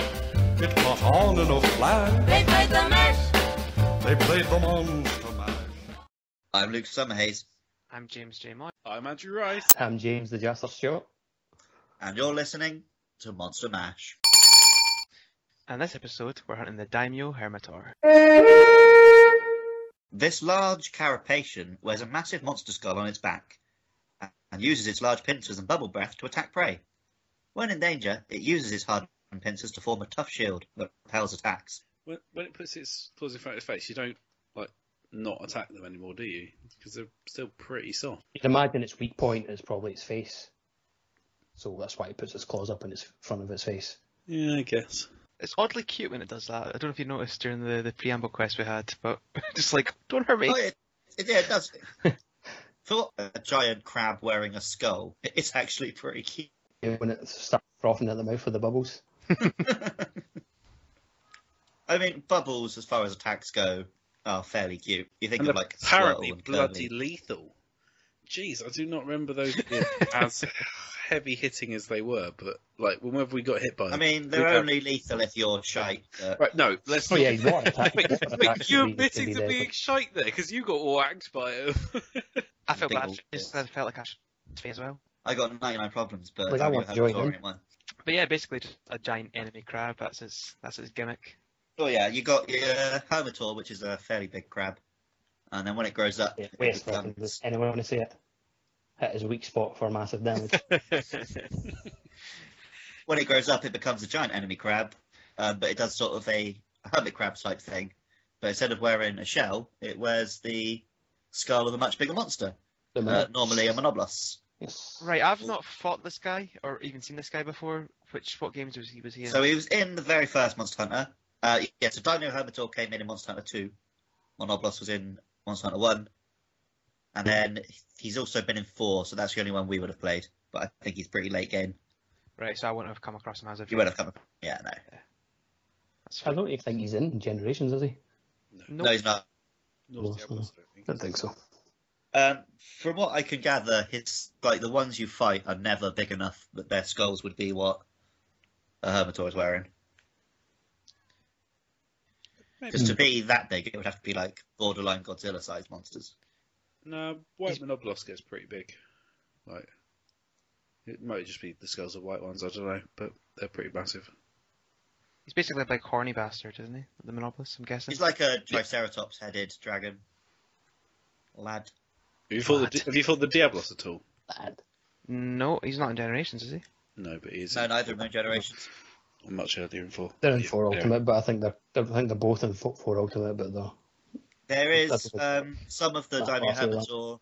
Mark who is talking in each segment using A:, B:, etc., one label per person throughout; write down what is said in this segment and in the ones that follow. A: It was on in a flash.
B: They played the mash.
A: They played the monster mash.
C: I'm Luke Summerhayes,
D: I'm James J. Moy.
E: I'm Andrew Rice.
F: I'm um, James the Jester Stewart.
C: and you're listening to Monster Mash.
D: In this episode, we're hunting the Daimyo Hermitor.
C: This large carapacian wears a massive monster skull on its back and uses its large pincers and bubble breath to attack prey. When in danger, it uses its hardened pincers to form a tough shield that repels attacks.
E: When, when it puts its claws in front of your face, you don't like not attack them anymore, do you? Because they're still pretty soft.
F: You'd imagine its weak point is probably its face. So that's why it puts its claws up in its front of its face.
E: Yeah, I guess.
D: It's oddly cute when it does that. I don't know if you noticed during the, the preamble quest we had, but just like, don't hurt me.
C: Oh, it, it, yeah, it does. For a giant crab wearing a skull, it's actually pretty cute.
F: Yeah, When it starts frothing at the mouth with the bubbles.
C: I mean, bubbles, as far as attacks go, are fairly cute. You think
E: And
C: of
E: they're
C: like
E: apparently
C: Swirl and
E: bloody
C: Curly.
E: lethal. Jeez, I do not remember those being as heavy hitting as they were, but like whenever we got hit by them.
C: I mean, they're
E: Yeah.
C: only lethal if you're shite. but-
E: Right, no, let's
F: Oh
E: not.
F: yeah, you want attack.
E: Wait,
F: you want attack
E: wait,
F: to
E: you
F: be-
E: admitted to
F: there,
E: being
F: but-
E: shite there because you got all whacked by it.
D: I felt
C: big
D: bad.
C: old
D: Just, I felt like I should be as well.
C: I got 99 problems, but
F: Like, I
C: I
F: want
C: had
F: joy,
C: a
F: man.
C: boring one.
D: But yeah, basically just a giant enemy crab. That's its that's its gimmick.
C: Oh yeah, you got your Hermitor, which is a fairly big crab, and then when it grows up,
F: Yeah,
C: it
F: wait,
C: becomes-
F: does anyone want to see it? Hit his weak spot for massive damage.
C: when it grows up, it becomes a giant enemy crab, um, but it does sort of a, a hermit crab type thing. But instead of wearing a shell, it wears the skull of a much bigger monster,
F: The
C: uh,
F: minute.
C: normally a Monoblos.
F: Yes.
D: Right, I've not fought this guy or even seen this guy before. Which what games was he was he in?
C: So he was in the very first Monster Hunter. Uh, yeah, so Dino Hermitor came in in Monster Hunter 2. Monoblos was in Monster Hunter 1. And then he's also been in 4, so that's the only one we would have played. But I think he's pretty late game.
D: right, so I wouldn't have come across him as a
C: You would have come. Yeah, no.
D: That's
F: I
D: fine.
F: don't even think he's in Generations, is he?
C: No,
D: Nope.
C: he's not.
E: Not the apples, I don't think.
F: don't think so.
C: Um, from what I can gather, his like the ones you fight are never big enough that their skulls would be what a Hermitor is wearing.
E: Maybe.
C: Because to be that big, it would have to be like borderline Godzilla-sized monsters.
E: No, white
D: He's-
E: Monoblos gets pretty big. Like, it might just be the skulls of white ones. I don't know, but they're pretty massive.
D: He's basically a big horny bastard, isn't he? The Monopolist, I'm guessing.
C: He's like a Triceratops-headed dragon lad.
E: Have you fought the
D: What?
E: Have you fought the Diablos at all?
F: Bad.
D: No, he's not in Generations, is he?
E: No, but he's
C: No, neither of them are generations.
E: much earlier in four.
F: They're in
E: Yeah,
F: four
E: yeah.
F: ultimate, but I think they're, they're I think they're both in four, four ultimate, but they're
C: There is
F: That's a-
C: um, some of the
F: that's
C: Daimyo
F: awfully long.
C: Hermitor,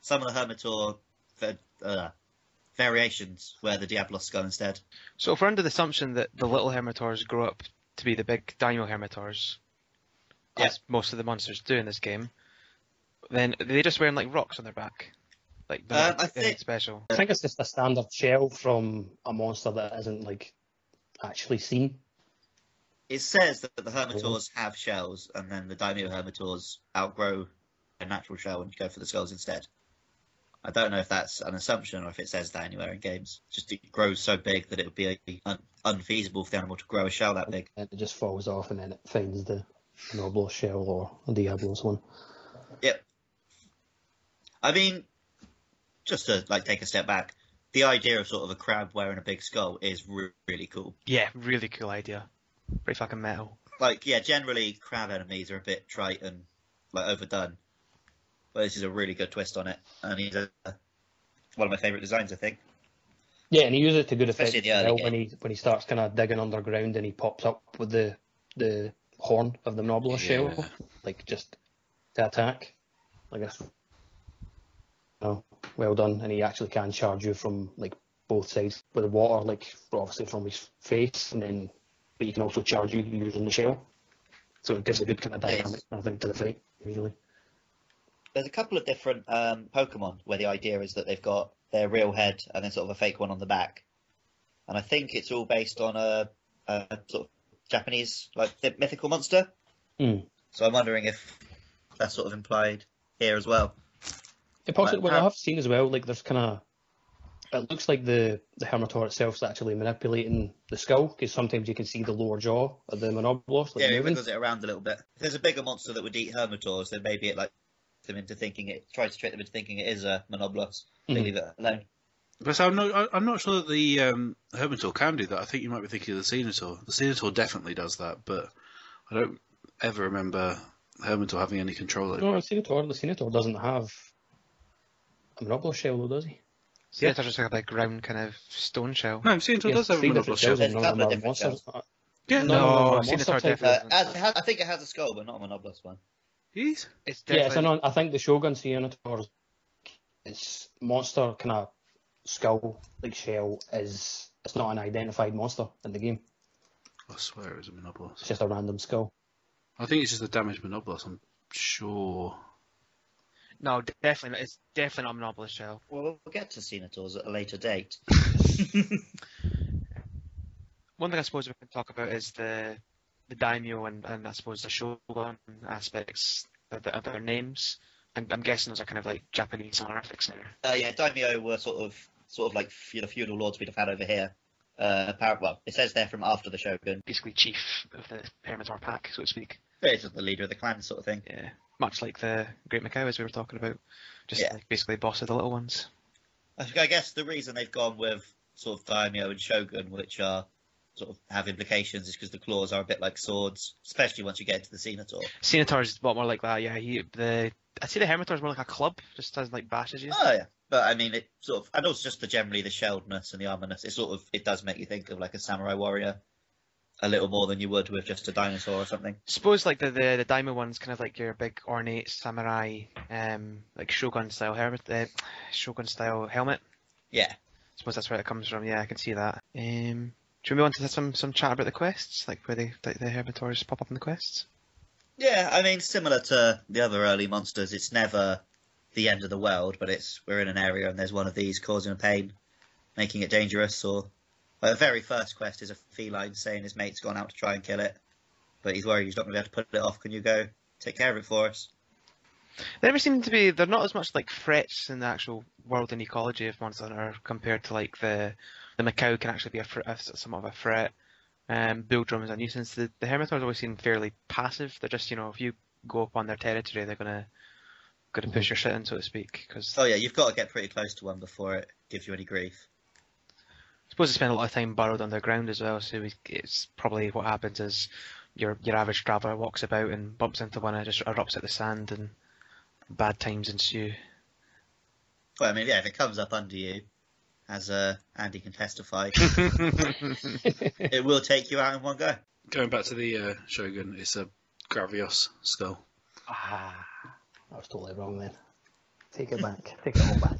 C: some of the Hermitor va- uh, variations wear the Diablos skull instead.
D: So if we're under the assumption that the little Hermitors grow up to be the big Dino Hermitors,
C: Yeah.
D: as most of the monsters do in this game, then are they just wearing like rocks on their back, like they're
C: Uh,
D: not
C: I
D: doing anything
C: think-
D: special.
F: I think it's just a standard shell from a monster that isn't like actually seen.
C: It says that the Hermitors have shells, and then the Daimyo Hermitors outgrow their natural shell and go for the skulls instead. I don't know if that's an assumption or if it says that anywhere in games. Just it grows so big that it would be un- unfeasible for the animal to grow a shell that big.
F: and it just falls off and then it finds the Noblo shell or the Diablo's one.
C: I mean, just to like take a step back, the idea of sort of a crab wearing a big skull is re- really cool.
D: Yeah, really cool idea. Pretty fucking metal.
C: Like, yeah, generally crab enemies are a bit trite and like overdone, but this is a really good twist on it, and he's a, one of my favourite designs, I think.
F: Yeah, and he uses it to good effect
C: Especially in the early
F: well when he when he starts kind of digging underground and he pops up with the the horn of the Noblo shell,
E: Yeah.
F: like just to attack. Like that's no, well done, and he actually can charge you from like both sides with the water, like obviously from his face, and then but he can also charge you using the shell. So it gives a good kind of dynamic, I think, to the fight usually.
C: There's a couple of different um, Pokemon where the idea is that they've got their real head and then sort of a fake one on the back, and I think it's all based on a, a sort of Japanese like th- mythical monster.
F: Hmm.
C: So I'm wondering if that's sort of implied here as well.
F: It possibly,
C: Like,
F: what
C: how-
F: I have seen as well, like there's kind of it looks like the the Hermitor itself's actually manipulating the skull because sometimes you can see the lower jaw of the Monoblos like
C: yeah, it
F: moving.
C: wiggles it around a little bit. If there's a bigger monster that would eat Hermitors, then maybe it like tricks them into thinking it tries to trick them into thinking it is a Monoblos. They
F: Mhm.
C: leave it alone.
E: But so I'm not, I- I'm not sure that the um, Hermitor can do that. I think you might be thinking of the Cenotaur. The Cenotaur definitely does that, but I don't ever remember Hermitor having any control over it.
F: No, the Senator, the Senator doesn't have a Monoblos shell though, does he?
D: So yeah, that's just like a big round kind of stone shell.
E: No, Cenotaur
F: He has
E: does have a
F: three different
E: Monoblos shell.
F: shells and
C: There's
F: none
C: a
F: of them
C: couple
F: are
C: of different
F: monsters.
E: Yeah,
F: No,
E: no.
F: no, no,
D: I've seen
F: monster
D: it
F: type.
C: Uh,
D: definitely.
C: it has- I think it has a skull, but not a Monoblos one.
E: He's
D: It's
F: Yeah, it's
D: definitely
F: an, I think the Shogun Senator, its monster kind of skull like shell is it's not an identified monster in the game.
E: I swear it was a Monoblos.
F: It's just a random skull.
E: I think it's just a damaged Monoblos, I'm sure.
D: no, definitely not. It's definitely not a Monopoly shell.
C: Well, we'll get to Cenotors at a later date.
D: One thing I suppose we can talk about is the the daimyo and, and I suppose the shogun aspects of, the, of their names. I'm, I'm guessing those are kind of like Japanese honorifics now.
C: Uh, yeah, daimyo were sort of sort of like fe- the feudal lords we'd have had over here. Uh, apparent, well, it says they're from after the shogun.
D: Basically, chief of the Hermitor pack, so to speak.
C: They're just the leader of the clan, sort of thing.
D: Yeah, much like the Great Macau as we were talking about, just
C: Yeah.
D: like basically boss of the little ones.
C: I think- I guess the reason they've gone with sort of daimyo and shogun, which are sort of have implications, is because the claws are a bit like swords, especially once you get into the Cenotaur.
D: Senator is a lot more like that. Yeah, he the I'd say the Hermitor is more like a club, just as like bashes you.
C: Oh yeah, but I mean it sort of, and also just the generally the shelledness and the armorness. It sort of it does make you think of like a samurai warrior, a little more than you would with just a dinosaur or something.
D: Suppose like the the, the daimyo one's kind of like your big ornate samurai, um, like shogun style hermit, uh, shogun style helmet.
C: Yeah,
D: suppose that's where it comes from. Yeah, I can see that. Um, do we move on to some some chat about the quests, like where they like the Hermitors pop up in the quests?
C: yeah. I mean similar to the other early monsters, it's never the end of the world, but it's we're in an area and there's one of these causing pain, making it dangerous. Or like, the very first quest is a feline saying his mate's gone out to try and kill it, but he's worried he's not going to be able to put it off. Can you go take care of it for us?
D: They never seem to be. They're not as much like threats in the actual world and ecology of Monster Hunter compared to like the the Macau can actually be a, fr- a somewhat of a threat. Um, Buildrum is a nuisance. The, the Hermitors always seem fairly passive. They're just you know if you go up on their territory, they're gonna gonna push your shit in, so to speak. Because
C: Oh yeah, you've got to get pretty close to one before it gives you any grief.
D: suppose they spend a lot of time burrowed underground as well, so it- it's probably what happens is your your average traveller walks about and bumps into one and just erupts at the sand and bad times ensue.
C: Well, I mean, yeah, if it comes up under you, as uh, Andy can testify, it will take you out in one go.
E: Going back to the uh, Shogun, it's a Gravios skull.
D: Ah,
F: I was totally wrong then. Take it back. Take it all back.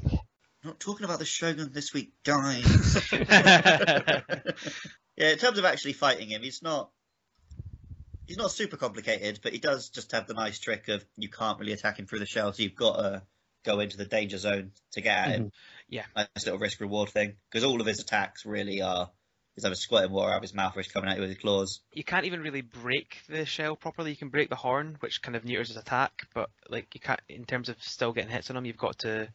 C: Not talking about the Shogun this week, guys. yeah, in terms of actually fighting him, he's not. He's not super complicated, but he does just have the nice trick of you can't really attack him through the shell, so you've got to go into the danger zone to get at him.
D: Yeah.
C: nice little risk reward thing because all of his attacks really are he's either squirting water out of his mouth or he's coming at you with his claws.
D: you can't even really break the shell properly. You can break the horn, which kind of neuters his attack, but like you can't in terms of still getting hits on him. You've got to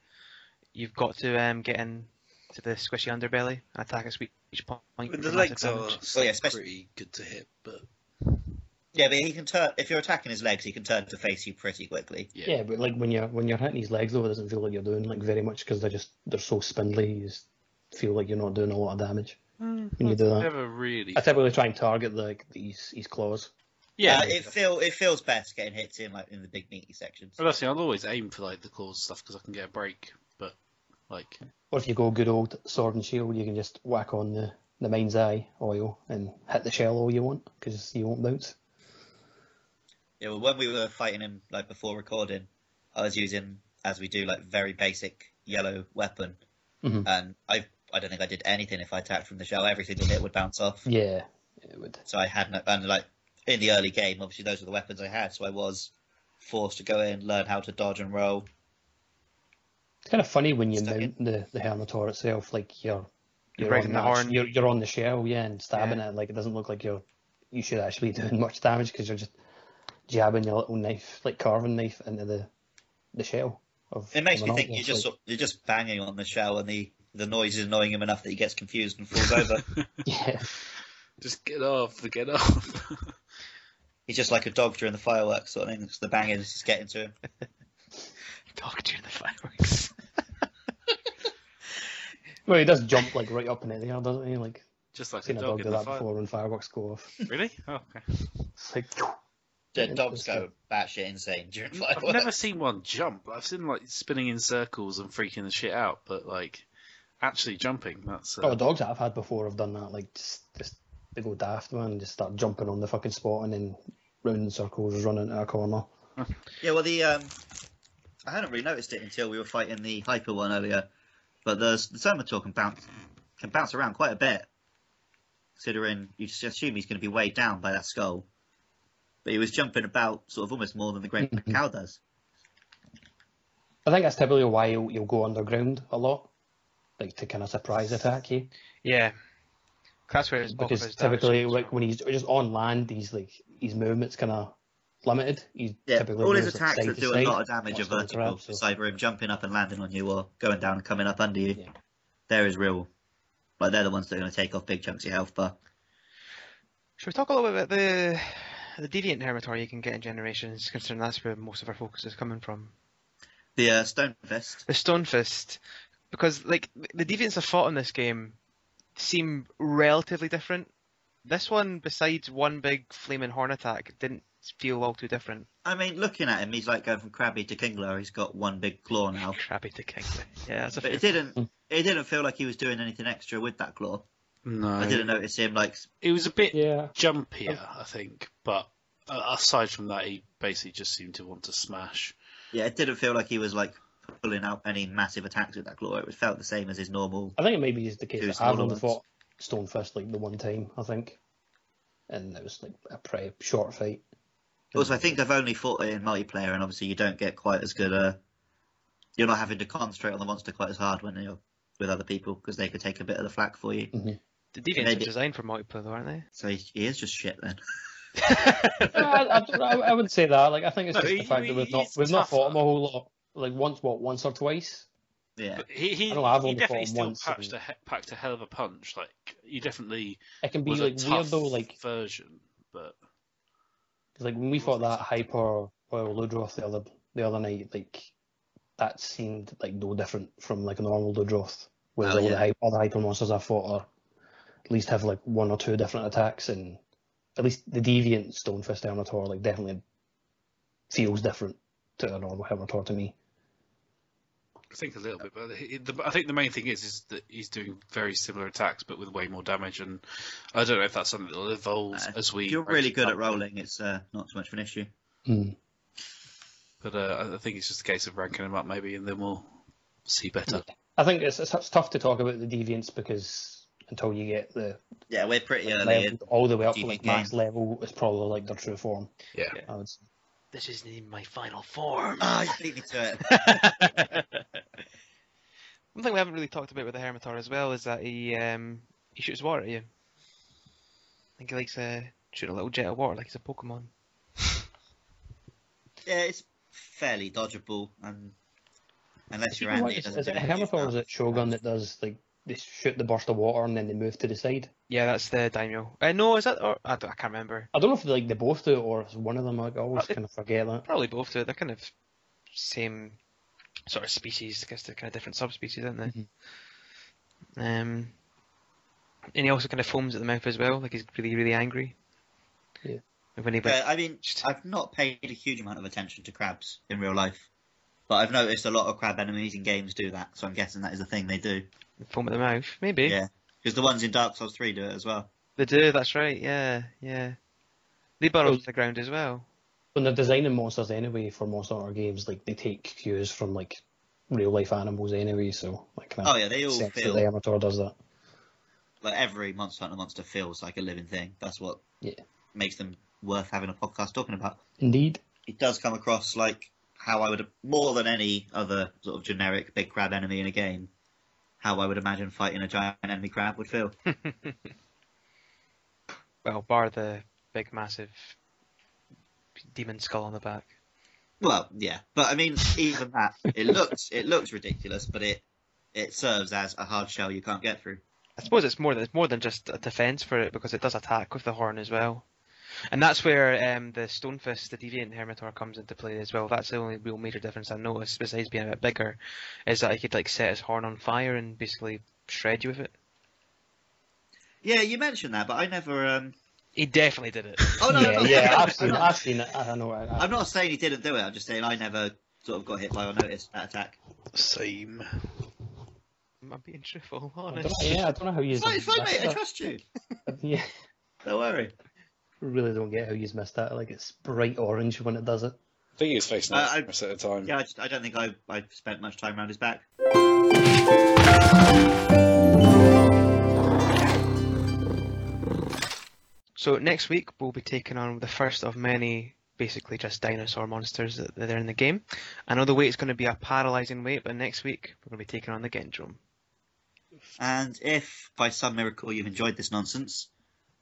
D: you've got to um, get in to the squishy underbelly and attack at each point.
E: But
D: for
E: the
D: massive
E: legs are
D: damage.
E: still
C: yeah, especially-
E: pretty good to hit, but
C: Yeah, but he can turn if you're attacking his legs, he can turn to face you pretty quickly.
F: Yeah. but like when you're when you're hitting his legs though, it doesn't feel like you're doing like very much because they're just they're so spindly. You just feel like you're not doing a lot of damage
E: Mm.
F: when you do that.
E: never really.
F: I typically try and target like these these claws.
E: Yeah,
C: Uh, it feel it feels best getting hits in like in the big meaty sections.
E: Well, that's the thing, I'll always aim for like the claws stuff because I can get a break. But like,
F: Or if you go good old sword and shield, you can just whack on the the mind's eye oil and hit the shell all you want because you won't bounce.
C: Yeah, well, when we were fighting him like before recording, I was using as we do like very basic yellow weapon,
F: Mhm.
C: and I I don't think I did anything if I attacked from the shell. Every single hit would bounce off.
F: Yeah, it would.
C: So I had no, and like in the early game, obviously those were the weapons I had, so I was forced to go in, learn how to dodge and roll.
F: It's kind of funny when you
C: Stuck
F: mount the the helmetor itself, like you're
D: You're
F: on
D: breaking the
F: that-
D: horn.
F: You're, you're on the shell, yeah, and stabbing
D: Yeah.
F: it. Like it doesn't look like you're you should actually be doing much damage because you're just jabbing your little knife, like carving knife, into the the shell. Of
C: It makes
F: of
C: me
F: an
C: think
F: octopus,
C: you're just
F: like,
C: sort- you're just banging on the shell, and the the noise is annoying him enough that he gets confused and falls over.
F: Yeah.
E: Just get off, get off.
C: He's just like a dog during the fireworks sort of thing. It's the banging is just getting to him.
D: Talk during the fireworks.
F: Well, he does jump like right up in the air, doesn't he? Like
E: Just like
F: I've seen
E: a
F: a
E: dog
F: dog
E: in
F: do
E: the
F: that
E: fire.
F: before when fireworks go off.
E: Really? Oh, okay.
F: It's like
C: The
F: Yeah,
C: dogs
F: that's
C: go batshit insane during
E: I've
C: fireworks.
E: never seen one jump. I've seen like spinning in circles and freaking the shit out, but like actually jumping. That's uh,
F: oh, dogs that I've had before have done that. Like just, just they go daft, man, and just start jumping on the fucking spot and then round in circles, run into a corner.
C: Yeah, well, the um, I hadn't really noticed it until we were fighting the hyper one earlier, but the the Thermitor can bounce can bounce around quite a bit, considering you just assume he's going to be weighed down by that skull, but he was jumping about sort of almost more than the great
F: Mhm.
C: cow does.
F: I think that's typically why you'll, you'll go underground a lot, like to kind of surprise attack you.
D: yeah. That's where his bulk of
F: Because
D: his damage
F: typically,
D: comes
F: like
D: from.
F: when he's just on land, he's like his movement's kind of limited. He's
C: Yeah,
F: typically
C: all his
F: moves, like,
C: attacks
F: side
C: that
F: to
C: do a
F: side.
C: lot of damage are
F: Lots of
C: vertical.
F: grabs, so-
C: It's either him jumping up and landing on you or going down and coming up under you.
F: Yeah.
C: There is real. Like, they're the ones that are going to take off big chunks of your health bar.
D: Should we talk a little bit about the the deviant hermitor you can get in generations, considering that's where most of our focus is coming from.
C: The uh, Stone Fist.
D: The Stone Fist, because like the deviants I fought in this game seem relatively different. This one, besides one big flaming horn attack, didn't feel all too different.
C: I mean, looking at him, he's like going from Krabby to Kingler. He's got one big claw now.
D: Crabby to king. Yeah, that's a
C: But
D: fair
C: it didn't. It didn't feel like he was doing anything extra with that claw.
E: no.
C: I didn't notice him like.
E: It was a bit
F: Yeah,
E: jumpier, I think, but uh, aside from that, he basically just seemed to want to smash.
C: Yeah, it didn't feel like he was like pulling out any massive attacks with that claw. It felt the same as his normal.
F: I think it may be just the
C: Two
F: case that
C: smaller
F: I've only
C: ones.
F: fought Stone Fist like the one time, I think, and it was like a pretty short fight.
C: Also, I think I've only fought it in multiplayer, and obviously you don't get quite as good a. You're not having to concentrate on the monster quite as hard when you're with other people because they could take a bit of the flak for you.
D: The deviants
C: Maybe-
D: are designed for multiplayer, though, aren't they?
C: So he, he is just shit then.
F: No, I, I, I- I wouldn't say that. Like I think it's
E: No,
F: just
E: he-
F: the fact that we've
E: he-
F: not
E: he's
F: we've not fought him
E: tougher.
F: a whole lot. Like once, what once or twice.
C: Yeah.
E: But he he,
F: I don't know, I've
E: he
F: only
E: definitely
F: fought him
E: still
F: once
E: packed
F: and-
E: a, he- packed a hell of a punch. Like he definitely
F: It can be
E: was
F: like
E: a tough
F: weird though. Like
E: version, but
F: 'Cause, like when we fought that hyper or Ludroth the other the other night, like that seemed like no different from like a normal Ludroth. Whereas
C: Oh,
F: all
C: yeah.
F: the hy- all the hyper monsters I fought are at least have like one or two different attacks, and at least the deviant Stonefist Hermitor like definitely feels different to a normal Hermitor to me.
E: I think a little bit. But he- the, I think the main thing is is that he's doing very similar attacks, but with way more damage. And I don't know if that's something that'll evolve
C: Uh,
E: as we.
C: If you're really good at
E: rank him up,
C: rolling, it's uh, not so much of an issue.
F: Mm.
E: But uh, I think it's just a case of ranking him up, maybe, and then we'll see better.
F: I think it's, it's it's tough to talk about the deviants because until you get the
C: Yeah, we're pretty early.
F: level,
C: in.
F: all the way up to
C: DV
F: like max
C: game.
F: level, it's probably like their true form.
E: Yeah.
F: I would say.
D: This isn't even my final form.
C: Ah, you beat me to it.
D: One thing we haven't really talked about with the Hermitor as well is that he um, he shoots water at you. I think he likes to shoot a little jet of water like he's a Pokemon.
C: Yeah, it's fairly dodgeable, and unless you're
F: You know
C: Andy,
F: what,
C: it
F: is,
C: doesn't
F: is
C: do
F: it
C: anything.
F: Hammerfall or is it Shogun that does like they shoot the burst of water and then they move to the side?
D: Yeah, that's the Daimyo. Uh, no, is that or I, don't, I can't remember.
F: I don't know if like they both do it or it's one of them. Like, I always
D: Well, it-
F: kind of forget that.
D: Probably both do it. They're kind of same sort of species. I guess they're kind of different subspecies, aren't they? Um, and he also kind of foams at the mouth as well, like he's really really angry.
F: Yeah.
D: And When he
C: But, I mean,
D: Just-
C: I've not paid a huge amount of attention to crabs in real life, but I've noticed a lot of crab enemies in games do that, so I'm guessing that is a thing they do.
D: foam at the mouth, maybe.
C: Yeah. Because the ones in Dark Souls 3 do it as well.
D: They do, that's right, yeah, yeah. They burrow to the ground as well.
F: When they're designing monsters anyway for Monster Hunter games, like they take cues from like real life animals anyway. So like,
C: Oh, yeah, they all
F: sense that
C: feel-
F: the Amateur does that.
C: Like every Monster Hunter monster feels like a living thing. That's what
F: Yeah.
C: makes them worth having a podcast talking about.
F: Indeed.
C: It does come across like how I would, more than any other sort of generic big crab enemy in a game, how I would imagine fighting a giant enemy crab would feel.
D: Well, bar the big, massive demon skull on the back.
C: Well, yeah, but I mean, even that, it looks it looks ridiculous, but it it serves as a hard shell you can't get through.
D: I suppose it's more than it's more than just a defense for it because it does attack with the horn as well, and that's where um, the Stonefist, the Deviant Hermitor, comes into play as well. That's the only real major difference I noticed besides being a bit bigger, is that he could like set his horn on fire and basically shred you with it.
C: Yeah, you mentioned that, but I never. Um...
D: He definitely did it.
C: Oh no, I'm
F: yeah,
C: not-
F: yeah,
C: I'm
F: I've seen it.
C: not-
F: I've seen it. I don't know. I, I,
C: I'm not saying he didn't do it. I'm just saying I never sort of got hit by or noticed that attack.
E: Same.
D: I'm being truthful,
F: I don't
D: honest.
F: know, yeah, I don't know how you.
C: It's fine, it's fine, mate. I trust you.
F: Yeah,
C: Don't worry.
F: really don't get how you missed that. Like it's bright orange when it does it.
B: I think he was facing
C: Uh,
B: us
C: I-
B: at a time.
C: Yeah, I, just, I don't think I I spent much time around his back.
D: So next week we'll be taking on the first of many basically just dinosaur monsters that that are in the game. I know the weight's going to be a paralysing weight, but next week we're going to be taking on the Gendrome.
C: And if by some miracle you've enjoyed this nonsense,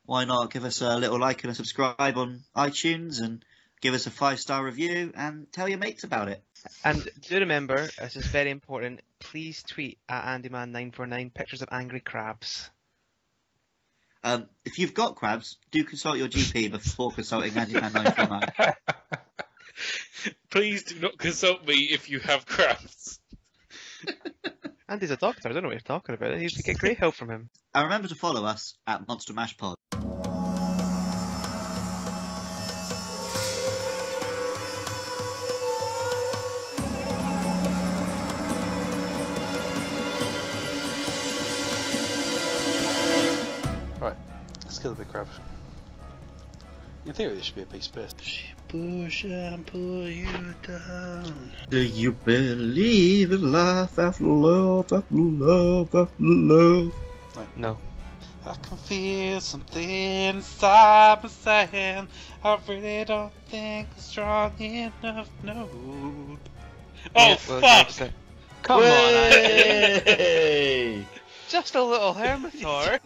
C: why not give us a little like and a subscribe on iTunes and give us a five star review and tell your mates about it.
D: And do remember, this is very important. Please tweet at AndyMan949 pictures of angry crabs.
C: Um, if you've got crabs, do consult your GP before consulting Andy949.
B: Please do not consult me if you have crabs.
D: Andy's a doctor. I don't know what you're talking about. You get great help from him.
C: and remember to follow us at Monster Mash Pod.
E: Right, let's kill the big crab. In theory, this should be a piece of bit. Push and pull you down.
C: Do you believe in life after love, after love, after love?
D: No.
E: I can feel something inside me saying I really don't think I'm strong enough. No. Oh fuck!
D: Come on, Andy.
C: Hey!
D: Just a little Hermitor.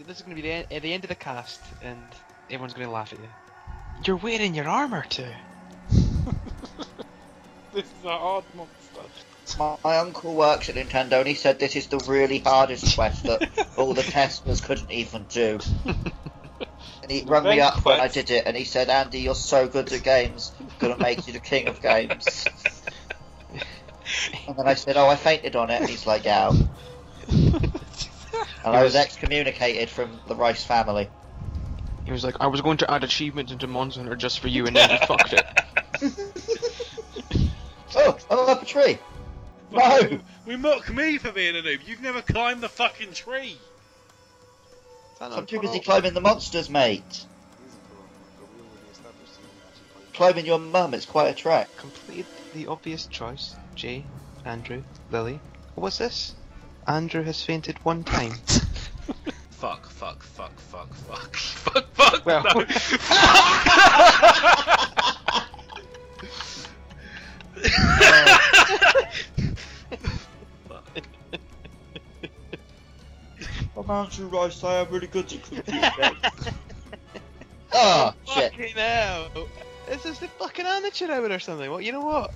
D: this is going to be the end, at the end of the cast, and everyone's going to laugh at you. You're wearing your armor too.
B: This is a hard monster.
C: My, my uncle works at Nintendo and he said this is the really hardest quest that all the testers couldn't even do. And he rung me
B: main
C: up when I
B: quest.
C: did it and he said, Andy, you're so good at games, I'm gonna make you the king of games. And then I said, Oh, I fainted on it. And he's like, Yeah. And I was excommunicated from the Rice family.
D: He was like, I was going to add achievements into Monster Hunter just for you, and then you fucked it.
C: Oh, I'm up a tree. No!
B: We mock me for being a noob. You've never climbed the fucking tree.
D: Oh,
C: I'm too busy climbing the monsters, mate. Climbing your mum, it's quite a trek.
D: Completed the obvious choice. Jay, Andrew, Lily. What's this? Andrew has fainted one time.
B: Fuck, fuck, fuck, fuck, fuck. Fuck, fuck,
D: Well-
B: no.
C: I'm Andrew Rice, I am really good at computer games. Ah, shit.
D: Fucking hell! Is this the fucking amateur hour or something? What you know what?